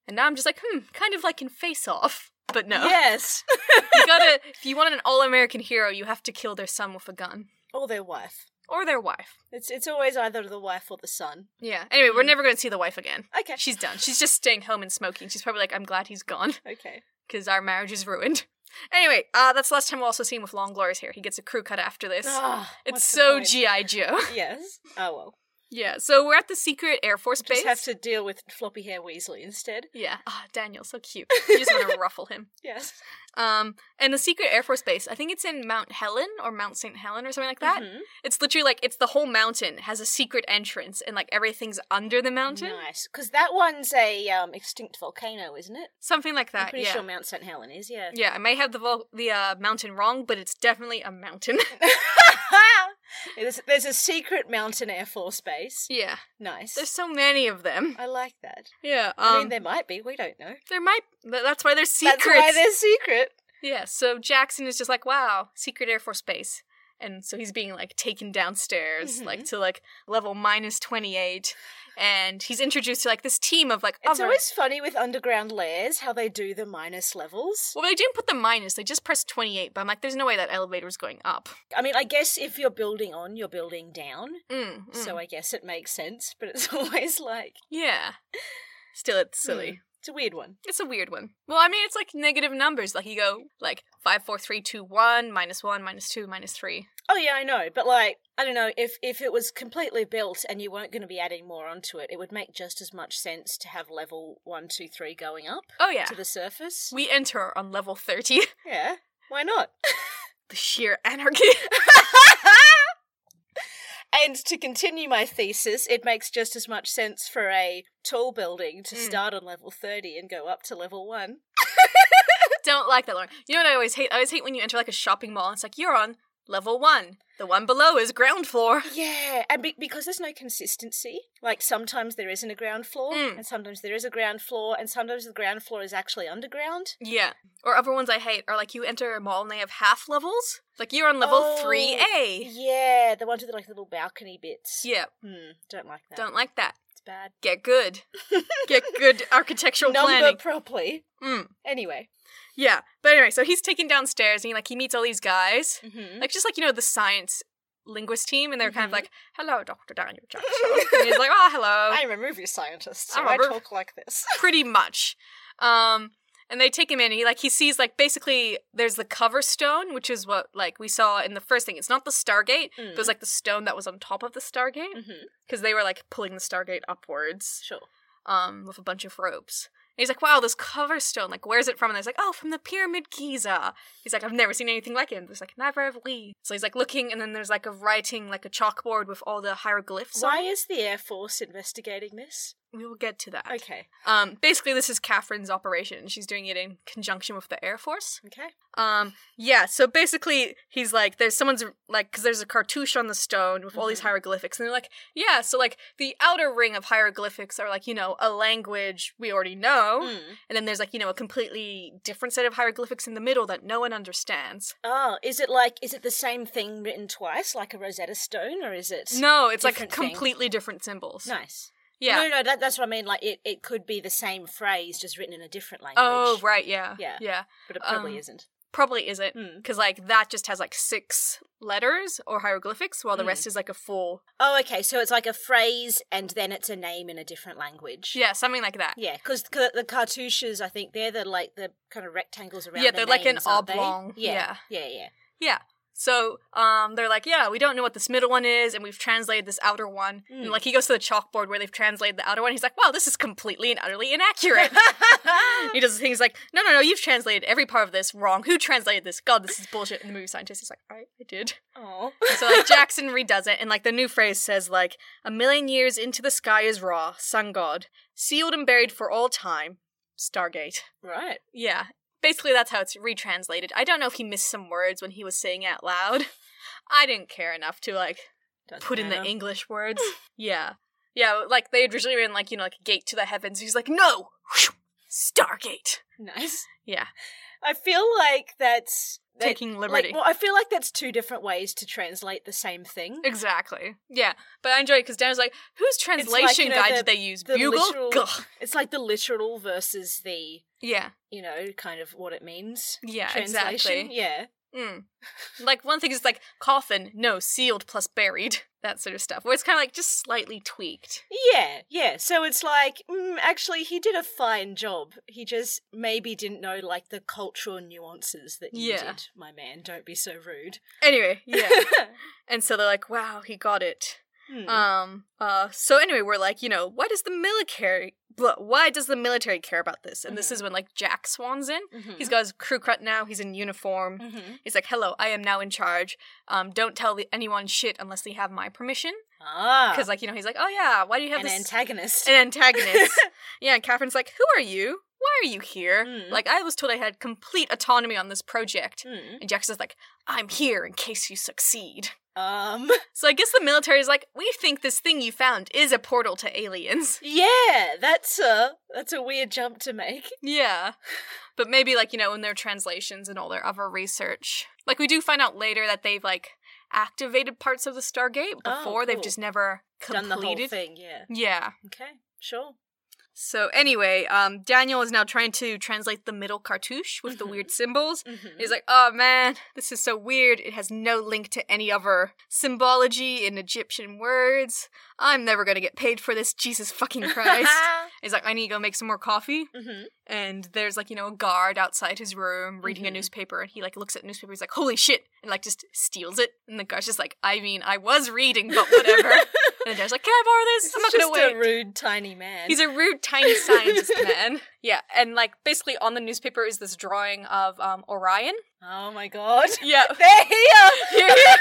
and now I'm just like, hmm, kind of like in Face Off, [laughs] but no. [laughs] Yes. you gotta if you want an all-American hero, you have to kill their son with a gun or their wife. or their wife. It's it's always either the wife or the son. Yeah. Anyway, Hmm. we're never gonna see the wife again. Okay. She's done. She's just staying home and smoking. She's probably like, I'm glad he's gone Okay. because our marriage is ruined. [laughs] Anyway, uh, that's the last time we'll also see him with long glorious hair. He gets a crew cut after this. Ah, it's what's the so point? GI Joe. [laughs] Yes. Oh well. Yeah. So we're at the secret Air Force base. Just have to deal with floppy hair Weasley instead. yeah. Ah, Daniel, so [laughs] cute. You just want to ruffle him. Yes. Um, and the secret Air Force base. I think it's in Mount Helen or Mount St. Helen or something like that. Mhm. It's literally like it's the whole mountain has a secret entrance and like everything's under the mountain, Nice, because that one's a um, extinct volcano, isn't it? something like I'm that. pretty Yeah, sure Mount St Helen is. Yeah. yeah. I may have the vol- the uh, mountain wrong, but it's definitely a mountain. [laughs] [laughs] there's, there's a secret mountain air force base. yeah, Nice. there's so many of them. I like that. Yeah, um, I mean, there might be. We don't know. there might. th- That's why they're secrets. That's why they're secret. [laughs] yeah. So Jackson is just like, wow, secret Air Force base. And so he's being like taken downstairs, Mhm. like to like level minus twenty eight, and he's introduced to like this team of like It's other- always funny with underground lairs how they do the minus levels. Well, they didn't put the minus. They just pressed 28, but I'm like, there's no way that elevator's going up. I mean, I guess if you're building on, you're building down. Mm, mm. So I guess it makes sense, but it's [laughs] always like yeah. Still, it's silly. Hmm. it's a weird one. It's a weird one. Well, I mean, it's like negative numbers. Like you go like five, four, three, two, one, minus one, minus two, minus three. Oh yeah, I know, but like I don't know if if it was completely built and you weren't going to be adding more onto it, it would make just as much sense to have level one, two, three going up Oh yeah. to the surface. We enter on level [laughs] 30. Yeah, why not? the sheer [laughs] anarchy. [laughs] and to continue my thesis, it makes just as much sense for a tall building to Mm. start on level thirty and go up to level one. Don't like that, Lauren. You know what I always hate? I always hate when you enter like a shopping mall and it's like you're on level one. The one below is ground floor. Yeah, and be- because there's no consistency, like sometimes there isn't a ground floor, Mm. and sometimes there is a ground floor, and sometimes the ground floor is actually underground. Yeah. Or other ones I hate are like you enter a mall and they have half levels. Like you're on level Oh. three A. Yeah, the ones with like little balcony bits. Yeah, Hmm, don't like that. don't like that. It's bad. Get good. [laughs] Get good architectural Number planning. properly. Mm. Anyway. Yeah, but anyway, so he's taken downstairs and he, like he meets all these guys, Mm-hmm. like just like you know the science linguist team, and they're kind of Mhm. like, "Hello, Doctor Daniel Jackson," and he's like, "Oh, [laughs] hello," I'm a movie scientist, so I'm a I roof- talk like this. pretty much. Um, and they take him in, and he like he sees like basically there's the cover stone, which is what like we saw in the first thing. It's not the Stargate, but it was like the stone that was on top of the Stargate hmm because they were like pulling the Stargate upwards. Sure. um, with a bunch of ropes. And he's like, wow, this cover stone, like, where's it from? And he's like, oh, from the pyramid Giza. He's like, I've never seen anything like it. And he's like, never have we. So he's like looking, and then there's like a writing, like a chalkboard with all the hieroglyphs. on Why it. is the Air Force investigating this? We will get to that. Okay. Um, basically, this is Catherine's operation, and she's doing it in conjunction with the Air Force. Okay. Um, yeah, so basically, he's like, there's someone's like, because there's a cartouche on the stone with all these Mhm. hieroglyphics, and they're like, yeah, so like the outer ring of hieroglyphics are like, you know, a language we already know, Mm. and then there's like, you know, a completely different set of hieroglyphics in the middle that no one understands. Oh, is it like is it the same thing written twice, like a Rosetta Stone, or is it No, it's like Different thing. completely different symbols. nice? Yeah. No, no, that, that's what I mean. Like it, it could be the same phrase just written in a different language. Oh right, yeah, Yeah. yeah. but it probably um, isn't. Probably isn't Hmm. because like that just has like six letters or hieroglyphics, while the Mm. rest is like a full Oh, okay. So it's like a phrase, and then it's a name in a different language. yeah, something like that. Yeah, because the cartouches, I think they're the like the kind of rectangles around. Yeah, the they're like an names, aren't they? oblong, Yeah, yeah, yeah. So um, they're like, yeah, we don't know what this middle one is, and we've translated this outer one. Mm. And like he goes to the chalkboard where they've translated the outer one. He's like, wow, this is completely and utterly [laughs] inaccurate. he does the thing. He's like, no, no, no, you've translated every part of this wrong. Who translated this? God, this is bullshit. And the movie scientist is like, I, I did. Oh, And so like Jackson redoes it, and like the new phrase says like, a million years into the sky is raw, sun god, sealed and buried for all time, Stargate. right. Yeah. Basically, that's how it's retranslated. I don't know if he missed some words when he was saying it out loud. [laughs] I didn't care enough to, like, Doesn't put in the matter. English words. [laughs] yeah. Yeah, like, they had originally written, like, you know, like, gate to the heavens. He's like, no! Stargate! Nice. Yeah. I feel like that's that- Taking liberty. Like, well, I feel like that's two different ways to translate the same thing. exactly. Yeah. But I enjoy it because Dan was like, whose like, you translation know, guide the- did they use? the Bugle? literal- [laughs] Gah. It's like the literal versus the Yeah. you know kind of what it means. Yeah, Translation. exactly. Yeah. [laughs] Mm. Like, one thing is, like, coffin, no, sealed plus buried. That sort of stuff. Where it's kind of, like, just slightly tweaked. Yeah, yeah. So it's like, mm, actually, he did a fine job. He just maybe didn't know like the cultural nuances that you Yeah. did, my man. Don't be so rude. Anyway, [laughs] yeah. and so they're like, wow, he got it. Hmm. Um uh so anyway, we're like, you know, why does the military blah, why does the military care about this? And this Mhm. is when like Jack Swan's in. Mhm. He's got his crew cut now, he's in uniform. [laughs] Mhm. He's like, "Hello, I am now in charge. Um, don't tell the- anyone shit unless they have my permission." ah, Because, like, you know, he's like, "Oh yeah, why do you have an this antagonist. [laughs] an antagonist?" yeah, and Catherine's like, "Who are you? Why are you here? Mm. Like, I was told I had complete autonomy on this project." Hmm. And Jackson's like, "I'm here in case you succeed." Um, [laughs] So I guess the military is like, we think this thing you found is a portal to aliens. [laughs] yeah, that's a that's a weird jump to make. [laughs] Yeah. But maybe like, you know, in their translations and all their other research. Like we do find out later that they've like activated parts of the Stargate before. Oh, They've cool. just never completed. Done the whole thing. Yeah. Yeah. Okay. Sure. So anyway, um, Daniel is now trying to translate the middle cartouche with the Mhm. weird symbols. Mhm. [laughs] He's like, oh man, this is so weird. It has no link to any other symbology in Egyptian words. I'm never gonna get paid for this. Jesus fucking Christ. [laughs] He's like, I need to go make some more coffee. Mhm. And there's like, you know, a guard outside his room reading Mhm. a newspaper. And he like looks at the newspaper. He's like, holy shit. And like just steals it. And the guard's just like, I mean, I was reading, but whatever. [laughs] [laughs] and the guy's like, can I borrow this? He's I'm not just going a to wait. rude tiny man. He's a rude, tiny scientist man. Yeah. And like basically on the newspaper is this drawing of um, Orion. oh my god. [laughs] Yeah. They're here. [laughs]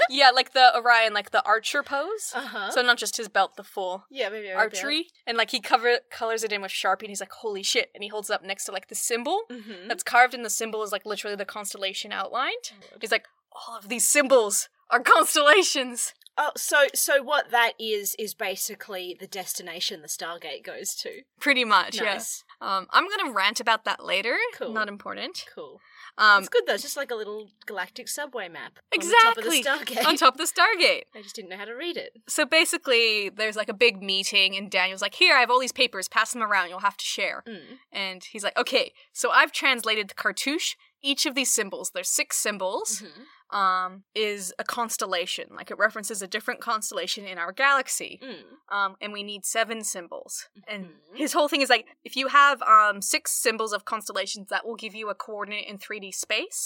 [laughs] yeah. Like the Orion, like the archer pose. Uh huh. So not just his belt, the full yeah, maybe Arabia. archery and like he cover colors it in with sharpie and he's like holy shit and he holds it up next to like the symbol Mhm. that's carved in the symbol is like literally the constellation outlined he's like all of these symbols are [laughs] constellations Oh, so so what that is is basically the destination the Stargate goes to. pretty much yes Nice, um i'm gonna rant about that later Cool. not [laughs] important cool. um it's good though. It's just like a little galactic subway map. On Exactly. the top of the Stargate. on top of the stargate [laughs] I just didn't know how to read it. so basically there's like a big meeting and daniel's like here i have all these papers pass them around you'll have to share Mm. and he's like okay so i've translated the cartouche each of these symbols there's six symbols Mhm. um, is a constellation. Like it references a different constellation in our galaxy. Mm. Um, and we need seven symbols. And Mhm. his whole thing is like if you have um, six symbols of constellations, that will give you a coordinate in 3D space.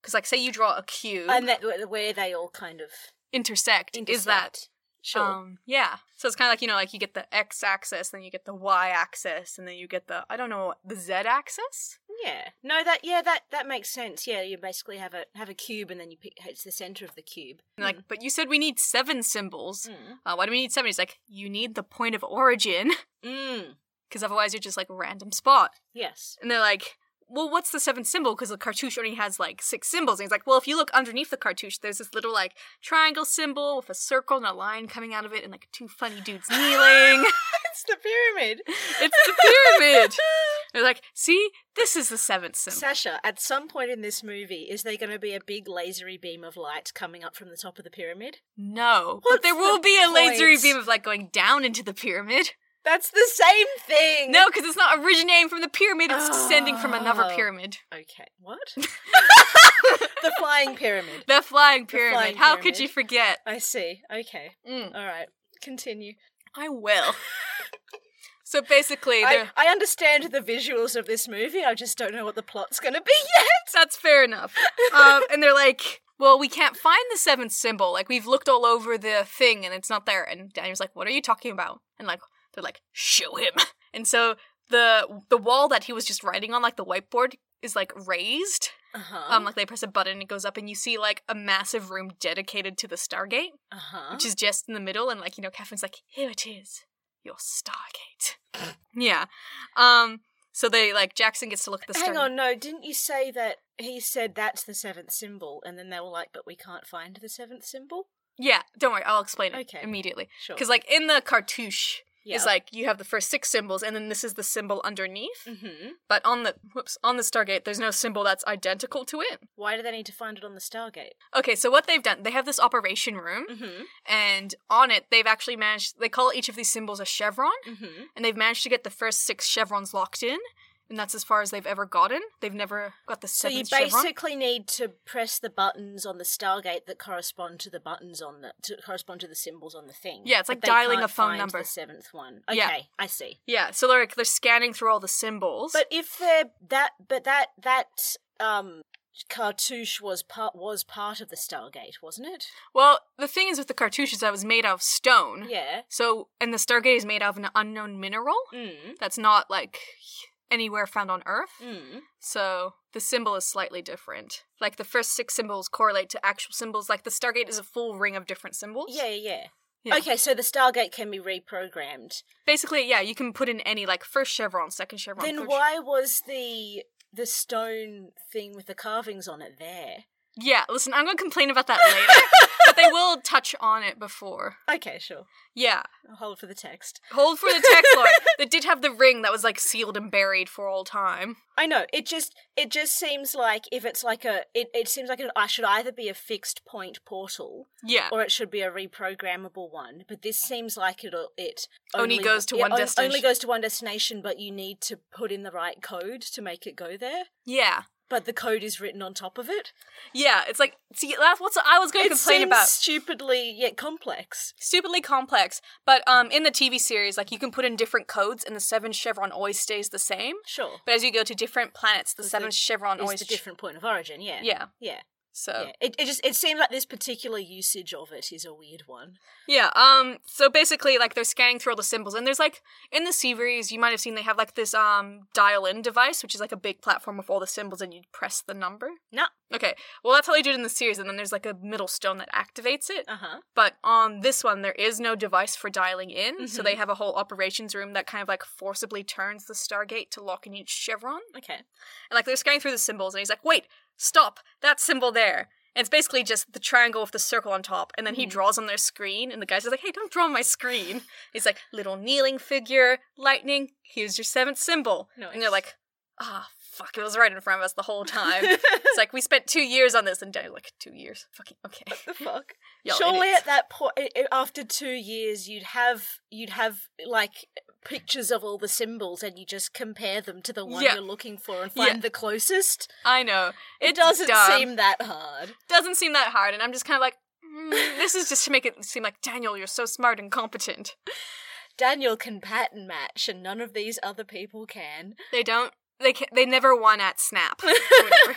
Because, like, say you draw a cube, And that where- where they all kind of intersect, is that. intersect. sure? Um, yeah. So it's kind of like, you know, like you get the x axis, then you get the y axis, and then you get the, I don't know, the z axis? Yeah. No, that yeah, that that makes sense. Yeah, you basically have a have a cube and then you pick it's the center of the cube. And like, but you said we need seven symbols. Mm. Uh, why do we need seven? He's like, you need the point of origin, Mm. because otherwise you're just like a random spot. Yes. And they're like, well, what's the seventh symbol? Because the cartouche only has like six symbols. And he's like, well, if you look underneath the cartouche, there's this little like triangle symbol with a circle and a line coming out of it, and like two funny dudes kneeling. [laughs] it's the pyramid. it's the [laughs] pyramid. [laughs] they're like, see, this is the seventh symbol. Sasha, at some point in this movie, is there going to be a big lasery beam of light coming up from the top of the pyramid? no, but What's there will the be a lasery point? beam of like going down into the pyramid. That's the same thing. No, because it's not originating from the [gasps] pyramid; it's descending from another Oh. pyramid. Okay. What? [laughs] the flying pyramid. The flying pyramid. flying How could pyramid. you forget? I see. Okay. Mm, All right. Continue. I will. [laughs] so basically, I, they're I understand the visuals of this movie. I just don't know what the plot's going to be yet. that's [laughs] fair enough. Um, and they're like, "Well, we can't find the seventh symbol. Like we've looked all over the thing, and it's not there." And Daniel's like, "What are you talking about?" And like they're like, "Show him." [laughs] And so the the wall that he was just writing on, like the whiteboard, is like raised. Uh-huh. Um, like they press a button, and it goes up, and you see like a massive room dedicated to the Stargate. uh-huh. which is just in the middle, and like you know, Catherine's like, "Here it is, your Stargate." [laughs] yeah. Um. So they like Jackson gets to look at the Hang Stargate. on, no, didn't you say that he said that's the seventh symbol and then they were like, but we can't find the seventh symbol? Yeah, don't worry, I'll explain it Okay. immediately. Sure. Because like in the cartouche, yeah. it's like you have the first six symbols, and then this is the symbol underneath. hmm But on the whoops, on the Stargate, there's no symbol that's identical to it. why do they need to find it on the Stargate? Okay, so what they've done, they have this operation room, Mm-hmm. and on it, they've actually managed. They call each of these symbols a chevron. Mm-hmm. and they've managed to get the first six chevrons locked in, and that's as far as they've ever gotten. They've never got the So you seventh chevron. basically need to press the buttons on the Stargate that correspond to the buttons on the to correspond to the symbols on the thing. Yeah, it's like But they dialing can't a phone find number. The seventh one. Okay, Yeah. I see. Yeah, so they're like, they're scanning through all the symbols. But if they're that, but that that um cartouche was part was part of the Stargate, wasn't it? well, the thing is with the cartouches, that was made out of stone. Yeah. So, and the Stargate is made out of an unknown mineral Mm. that's not like anywhere found on Earth. Mm. So the symbol is slightly different. Like the first six symbols correlate to actual symbols. Like the Stargate is a full ring of different symbols. Yeah, yeah. Yeah. yeah. Okay, so the Stargate can be reprogrammed. Basically, yeah, you can put in any like first chevron, second chevron. then third why was the the stone thing with the carvings on it there? Yeah, listen, I'm going to complain about that later, but they will touch on it before. Okay, sure. Yeah. I'll hold for the text. Hold for the text [laughs] line. They did have the ring that was like sealed and buried for all time. I know. It just it just seems like if it's like a it, it seems like it I should either be a fixed point portal Yeah. or it should be a reprogrammable one. But this seems like it'll it Only goes to on- one Only destination. goes to one destination, but you need to put in the right code to make it go there. Yeah. But the code is written on top of it. Yeah. It's like, see, that's what I was going to it complain seems about. stupidly yet complex. Stupidly complex, but um, in the TV series, like you can put in different codes, and the seven chevron always stays the same. Sure, But as you go to different planets, the Is seven the- chevron it's always a different point of origin. Yeah, Yeah. Oh. yeah. So yeah. It, it just it seems like this particular usage of it is a weird one. Yeah, um so basically like they're scanning through all the symbols and there's like in the series you might have seen they have like this um dial in device which is like a big platform with all the symbols and you press the number. No. Okay. Well, that's how they do it in the series and then there's like a middle stone that activates it. Uh huh. But on this one there is no device for dialing in, so Mhm. they have a whole operations room that kind of like forcibly turns the stargate to lock in each chevron. Okay. And like they're scanning through the symbols, and he's like, "Wait, stop! That symbol there." And it's basically just the triangle with the circle on top, and then he Mhm. draws on their screen, and the guy's just like, "Hey, don't draw on my screen." [laughs] He's like, "Little kneeling figure, lightning. Here's your seventh symbol." And they're Nice. like, "Ah, fuck! It was right in front of us the [laughs] whole time." it's like we spent two years on this, and Daniel's like, two years? Fucking okay." [laughs] the fuck. Y'all Surely idiots." at that point, after two years, you'd have you'd have like pictures of all the symbols, and you just compare them to the one Yeah. you're looking for and Yeah. find the closest. I know It doesn't dumb. seem that hard. doesn't seem that hard, and I'm just kind of like, "Mm, "This [laughs] is just to make it seem like Daniel, you're so smart and competent." Daniel can pattern match, and none of these other people can. They don't. They can, they never won [laughs] at Snap. Or [laughs] whatever.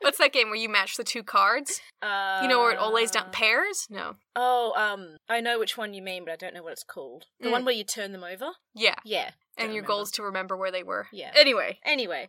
What's that game where you match the two cards? Uh, You know where it always down pairs? No. Oh, um, I know which one you mean, but I don't know what it's called. The Mm. one where you turn them over. Yeah. Yeah. Don't And your remember. goal is to remember where they were. Yeah. Anyway, Anyway,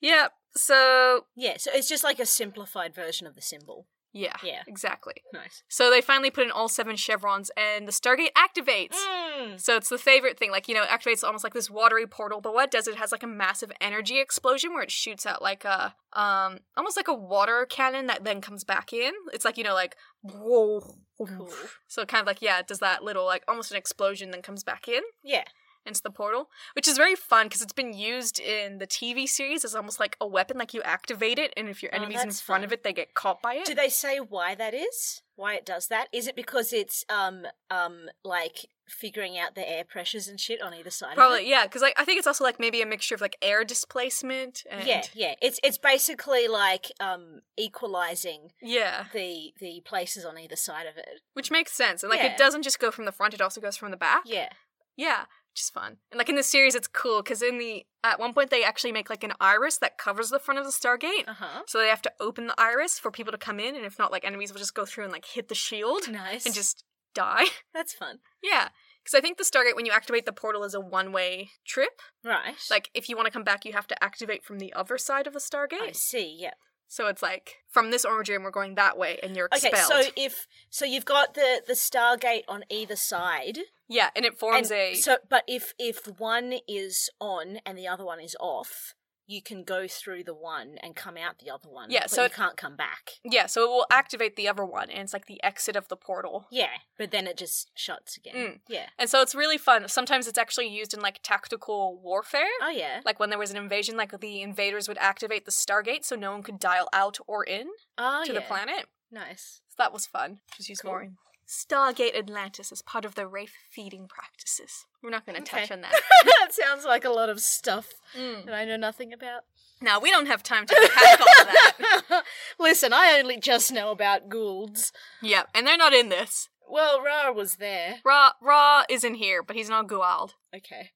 Yeah. So Yeah, so it's just like a simplified version of the symbol. yeah. Yeah. Exactly. Nice. So they finally put in all seven chevrons, and the Stargate activates. Mm. So it's the favorite thing. Like, you know, it activates almost like this watery portal, but what it does, it has like a massive energy explosion where it shoots out like a um almost like a water cannon that then comes back in. It's like, you know, like whoa. Cool. So kind of like, yeah, it does that little like almost an explosion then comes back in Yeah. into the portal, which is very fun because it's been used in the TV series as almost like a weapon. Like you activate it, and if your Oh, enemy's in that's front fun. of it, they get caught by it. Do they say why that is? Why it does that? Is it because it's um um like figuring out the air pressures and shit on either side? Of Probably, yeah, because like, I think it's also like maybe a mixture of like air displacement and it? Yeah, yeah. It's it's basically like um equalizing yeah, the the places on either side of it. which makes sense. And like Yeah. it doesn't just go from the front; it also goes from the back. Yeah. yeah, which is fun. And like in the series, it's cool because in the at one point they actually make like an iris that covers the front of the Stargate. Uh huh. So they have to open the iris for people to come in, and if not, like enemies will just go through and like hit the shield Nice. and just die. [laughs] that's fun. Yeah, because I think the Stargate, when you activate the portal, is a one way trip. Right. Like, if you want to come back, you have to activate from the other side of the I Stargate. see. Yeah. So it's like, from this origin, we're going that way, and you're Okay. expelled. So if so, you've got the the Stargate on either side. yeah, and it And forms a. so, but if if one is on and the other one is off, you can go through the one and come out the other one. Yeah, but so you it- can't come back. yeah, so it will activate the other one, and it's like the exit of the portal. Yeah, but then it just shuts again. Mm. Yeah. And so it's really fun. Sometimes it's actually used in like tactical warfare. Oh yeah. Like when there was an invasion, like the invaders would activate the Stargate so no one could dial out or in Oh to yeah. the planet. Nice. [laughs] So that was fun. Just use Cool. more. in- Stargate Atlantis as part of the Wraith feeding practices. We're not going to touch Okay. on that. that sounds like a lot of stuff [laughs] Mm. that I know nothing about. Now we don't have time to unpack all of [laughs] that. [laughs] Listen, I only just know about Goulds. yeah, and they're not in this. Well, Ra was there. Ra Ra is in here, but he's not Guald. Okay.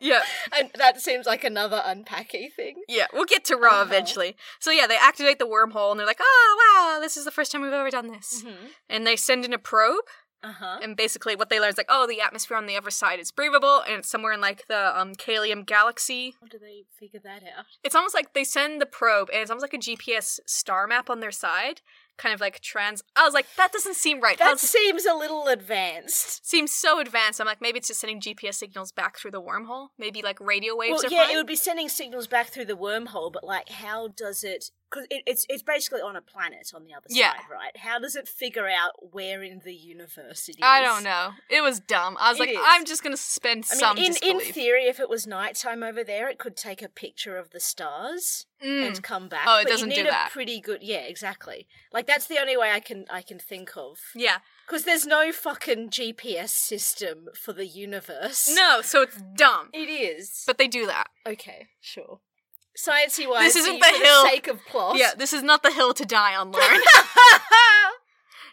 Yeah, And that seems like another unpacky thing. yeah. We'll get to Ra Uh-huh. eventually. So yeah, they activate the wormhole, and they're like, "Oh wow, this is the first time we've ever done this." And they send in a probe, Uh huh. and basically what they learn is like, "Oh, the atmosphere on the other side is breathable, and it's somewhere in like the um, Kalium galaxy, How do they figure that out? it's almost like they send the probe and it's almost like a GPS star map on their side, kind of like trans. I was like, that doesn't seem right. That How's this- seems a little advanced. seems so advanced. I'm like, maybe it's just sending GPS signals back through the wormhole. Maybe like radio waves Well, are yeah, fine. it would be sending signals back through the wormhole, but like, how does it? Because it, it's it's basically on a planet on the other Yeah. side, right? How does it figure out where in the universe it is? I don't know. It was dumb. I was It like, is. I'm just gonna suspend I mean, some in in disbelief. theory, if it was nighttime over there, it could take a picture of the stars Mm. and come back. Oh, it but doesn't you do need that. A pretty good, yeah, exactly. Like that's the only way I can I can think of. Yeah. Because there's no fucking GPS system for the universe. No. So it's dumb. it is. But they do that. okay, sure. Sciencey wise, This isn't you- the for hill. the sake of plot. [laughs] Yeah. This is not the hill to die on, Lauren.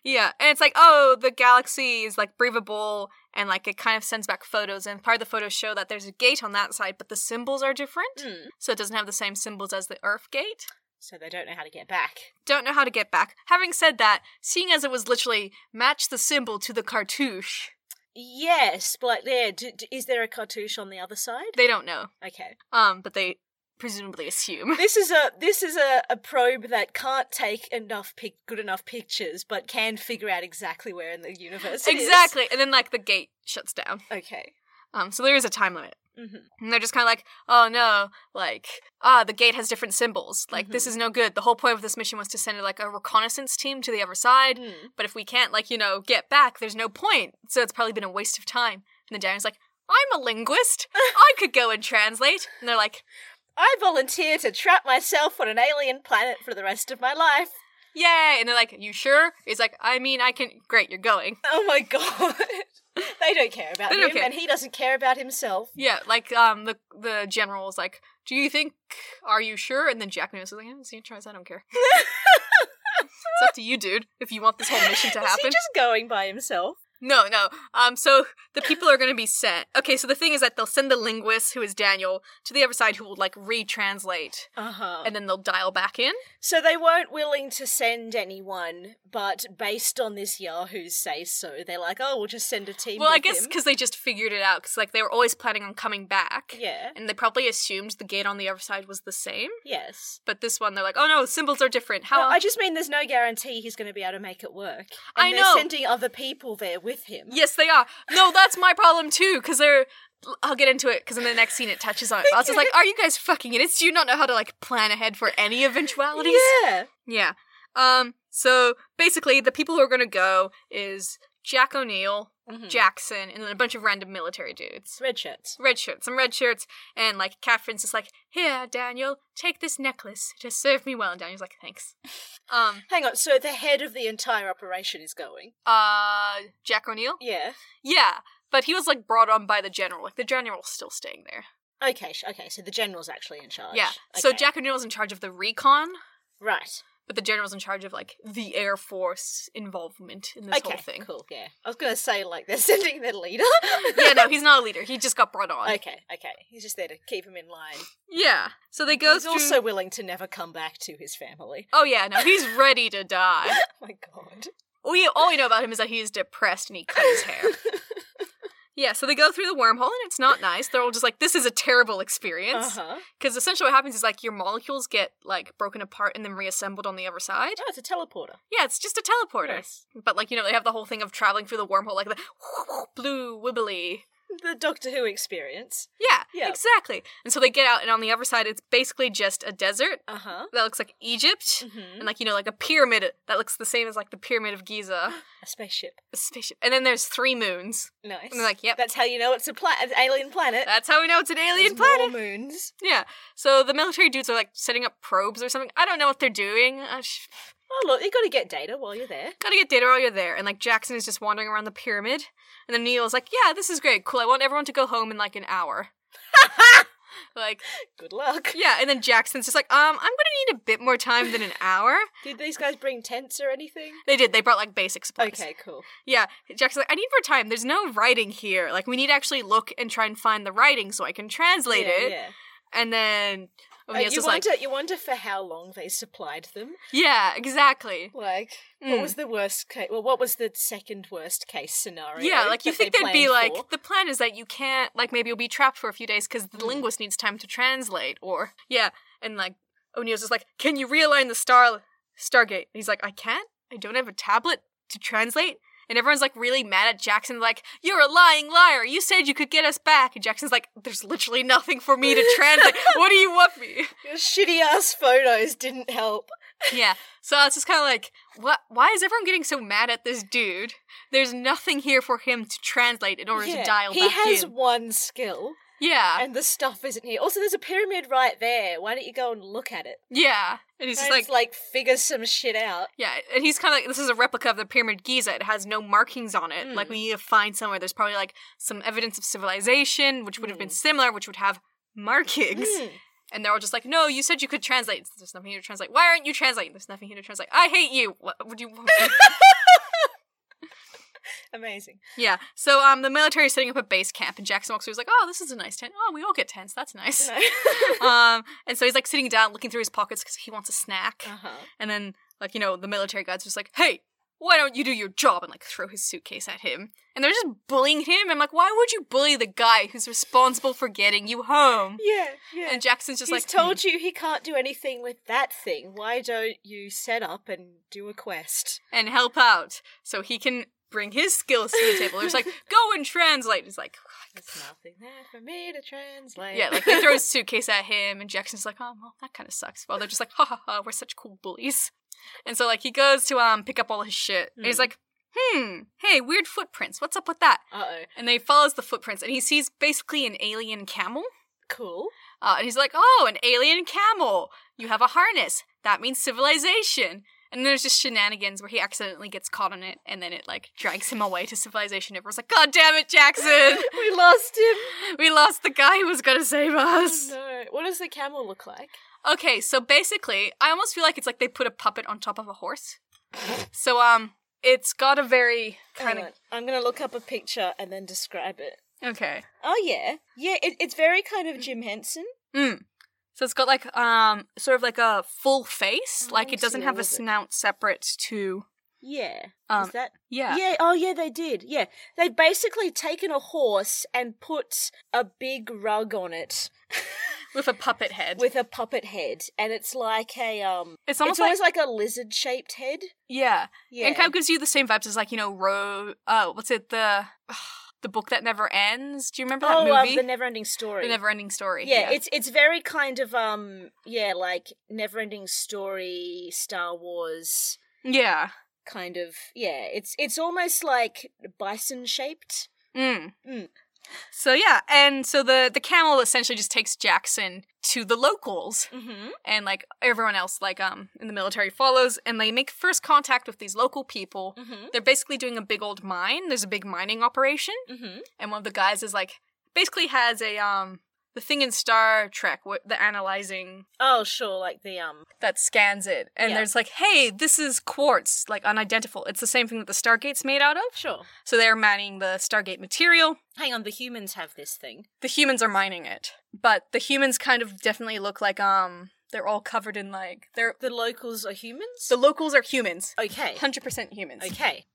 Yeah, and it's like, oh, the galaxy is like breathable, and like it kind of sends back photos, and part of the photos show that there's a gate on that side, but the symbols are different, Mm. so it doesn't have the same symbols as the Earth gate. So they don't know how to get back. Don't know how to get back. Having said that, seeing as it was literally match the symbol to the cartouche, Yes, but there d- d- is there a cartouche on the other side? they don't know, Okay. um, but they presumably assume. This is a this is a, a probe that can't take enough pic- good enough pictures, but can figure out exactly where in the universe. it is. exactly, and then like the gate shuts down, Okay. um, so there is a time limit. hmm And they're just kind of like, oh no, like, ah, the gate has different symbols. Like, this Mhm. is no good. The whole point of this mission was to send like a reconnaissance team to the other side. Hmm. But if we can't, like, you know, get back, there's no point. So it's probably been a waste of time. And the Darren's like, I'm a linguist. I could go and translate. And they're like, I volunteer to trap myself on an alien planet for the rest of my life. yay. And they're like, you sure? He's like, I mean, I can. Great, you're going. Oh my god. [laughs] they don't care about They him, don't care. and he doesn't care about himself. Yeah, like, um, the the general was like, do you think, are you sure? And then Jack Newman was like, yeah, see, tries, I don't [laughs] care. it's up to you, dude, if you want this whole mission to [laughs] Is happen. he just going by himself? No, no. Um, so the people are going to be sent. Okay, so the thing is that they'll send the linguist, who is Daniel, to the other side, who will like retranslate, Uh huh. and then they'll dial back in. So they weren't willing to send anyone, but based on this Yahoo's say so, they're like, oh, we'll just send a team. Well, I with guess him." because they just figured it out, because like they were always planning on coming back, Yeah. and they probably assumed the gate on the other side was the same. Yes. But this one, they're like, oh no, the symbols are different. How? Well, I just mean there's no guarantee he's going to be able to make it work. And I they're know. sending other people there with him. yes, they are. No, that's my problem too, because they're. I'll get into it because in the next scene it touches on it. But I was just like, are you guys fucking idiots? Do you not know how to like plan ahead for any eventualities? Yeah. Yeah. Um. So basically, the people who are going to go is Jack O'Neill, Mhm. Jackson, and then a bunch of random military dudes. It's red shirts. Red shirts, some red shirts, and like Catherine's just like, "Here, Daniel, take this necklace. It has served me well." And Daniel's like, "Thanks." Um. Hang on, so the head of the entire operation is going. Uh. Jack O'Neill. Yeah. Yeah, but he was like brought on by the general. Like the general's still staying there. Okay, sh- okay, so the general's actually in charge. Yeah. So Okay. Jack O'Neill's in charge of the recon, Right. but the general's in charge of like the air force involvement in this okay, whole thing. cool, yeah. I was going to say, like, they're [laughs] sending their leader. [laughs] yeah, no, he's not a leader. He just got brought on. Okay, okay. He's just there to keep him in line. yeah. So they go he's through. also willing to never come back to his family. oh yeah, no, he's ready to die. [laughs] Oh my god. We all we know about him is that he's depressed and he cut his [laughs] hair. yeah. So they go through the wormhole and it's not nice. They're all just like, this is a terrible experience Uh-huh. because essentially what happens is like your molecules get like broken apart and then reassembled on the other side. Oh, it's a teleporter. Yeah, it's just a teleporter. Nice. But like you know they have the whole thing of traveling through the wormhole like the [laughs] blue wibbly. The Doctor Who experience. Yeah, Yeah. exactly. And so they get out and on the other side it's basically just a desert Uh-huh. that looks like Egypt. hmm and like you know like a pyramid that looks the same as like the pyramid [laughs] of giza A spaceship. a spaceship and then there's three moons Nice. and they're like yep That's how you know it's a pla- an alien planet. that's how we know it's an alien There's planet More moons. yeah so the military dudes are like setting up probes or something i don't know what they're doing I sh- Oh, look, you got to get data while you're there. gotta get data while you're there and like jackson is just wandering around the pyramid and then neil is like yeah this is great cool i want everyone to go home in like an [laughs] hour like Good luck. [laughs] yeah and then jackson's just like um i'm gonna need a bit more time than an hour Did these guys bring tents or anything? they did they brought like basic supplies Okay, cool. Yeah, Jack's like, I need more time. There's no writing here. Like, we need to actually look and try and find the writing so I can translate Yeah, it. yeah. And then Uh, O'Neill's you just like, wonder, you wonder for how long they supplied them. Yeah, exactly. Like, Mm. what was the worst case? Well, what was the second worst case scenario? yeah, like you that think they they'd be planned like, for? the plan is that you can't, like, maybe you'll be trapped for a few days because the Hmm. linguist needs time to translate, or [laughs] yeah, and like O'Neill's just like, can you realign the star Stargate? And he's like, I can't. I don't have a tablet to translate. And everyone's like really mad at Jackson, like, you're a lying liar. You said you could get us back. And Jackson's like, there's literally nothing for me to [laughs] translate. what do you want me? your shitty ass photos didn't help. Yeah. So it's just kind of like, what? Why is everyone getting so mad at this dude? There's nothing here for him to translate in order Yeah, to dial he back has in. one skill, Yeah. and the stuff isn't here. Also, there's a pyramid right there. Why don't you go and look at it? Yeah. And he's just Try and, like, like figure some shit out. yeah. And he's kind of like, this is a replica of the Pyramid Giza. It has no markings on it. Mm. Like, we need to find somewhere. There's probably like some evidence of civilization, which would have been similar, which would have markings. Mm. And they're all just like, no, you said you could translate. There's nothing here to translate. Why aren't you translating? There's nothing here to translate. I hate you. What would you want? me-" [laughs] [laughs] Amazing. [laughs] yeah. So um, the military is setting up a base camp, and Jackson walks through. He's like, oh, this is a nice tent. Oh, we all get tents. That's nice. No. [laughs] um, and so he's like sitting down, looking through his pockets because he wants a snack. uh-huh. And then, like, you know, the military guy's just like, hey, why don't you do your job and, like, throw his suitcase at him? And they're just bullying him. I'm like, why would you bully the guy who's responsible for getting you home? Yeah, yeah. And Jackson's just He's like, told you he can't do anything with that thing. Why don't you set up and do a quest? "Hmm," and help out so he can bring his skills to the table. He's like, go and translate. He's like, There's nothing there for me to translate. yeah, like they [laughs] throw his suitcase at him, and Jackson's like, oh, well, that kind of sucks. Well, they're just like, ha ha ha, we're such cool bullies. And so, like, he goes to um pick up all his shit, and he's Mhm. like, hmm, hey, weird footprints. What's up with that? uh oh, And they follows the footprints, and he sees basically an alien camel. cool. Uh, and he's like, "Oh, an alien camel! You have a harness. That means civilization." And there's just shenanigans where he accidentally gets caught on it, and then it like drags him away to civilization. Everyone's like, "God damn it, [laughs] Jackson! [laughs] we lost him. We lost the guy who was gonna save us." Oh, no. What does the camel look like? Okay, so basically, I almost feel like it's like they put a puppet on top of a horse. So um, it's got a very kind Hang on. I'm gonna look up a picture and then describe it. of okay. Oh yeah, yeah. It, it's very kind of Jim Henson. Mm. So it's got like um sort of like a full face, Oh, like let it me doesn't see have all a of it. snout separate to Yeah. Um, Is that? yeah. Oh yeah, they did. Yeah, they've basically taken a horse and put a big rug on it with a puppet head. with a puppet head, and it's like a um. it's almost it's like almost like, a lizard shaped head. yeah. Yeah. and kind of gives you the same vibes as like you know Ro. Uh, what's it the [sighs] the book that never ends? Do you remember that oh, um, movie? the never ending story. The never-ending story. yeah, it's it's very kind of um yeah like never ending story Star Wars yeah. kind of yeah it's it's almost like bison shaped Mm. Mm. So yeah, and so the the camel essentially just takes Jackson to the locals, mm-hmm. and like everyone else, like um in the military follows, and they make first contact with these local people. Mm-hmm. They're basically doing a big old mine. There's a big mining operation, Mm-hmm. and one of the guys is like basically has a um the thing in Star Trek, wh- the analyzing oh sure like the um that scans it and Yeah. there's like hey this is quartz like unidentifiable it's the same thing that the stargate's made out of sure so they're mining the stargate material hang on the humans have this thing the humans are mining it but the humans kind of definitely look like um they're all covered in like they're the locals are humans the locals are humans okay 100% humans okay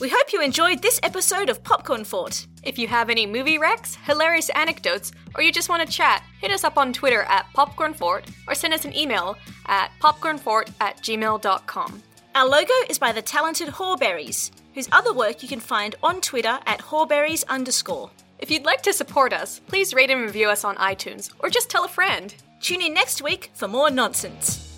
we hope you enjoyed this episode of popcorn fort If you have any movie wrecks, hilarious anecdotes, or you just want to chat, hit us up on Twitter at popcornfort or send us an email at popcornfort at gmail.com. our logo is by the talented horberries whose other work you can find on twitter at horberries underscore If you'd like to support us, please rate and review us on iTunes or just tell a friend. tune in next week for more nonsense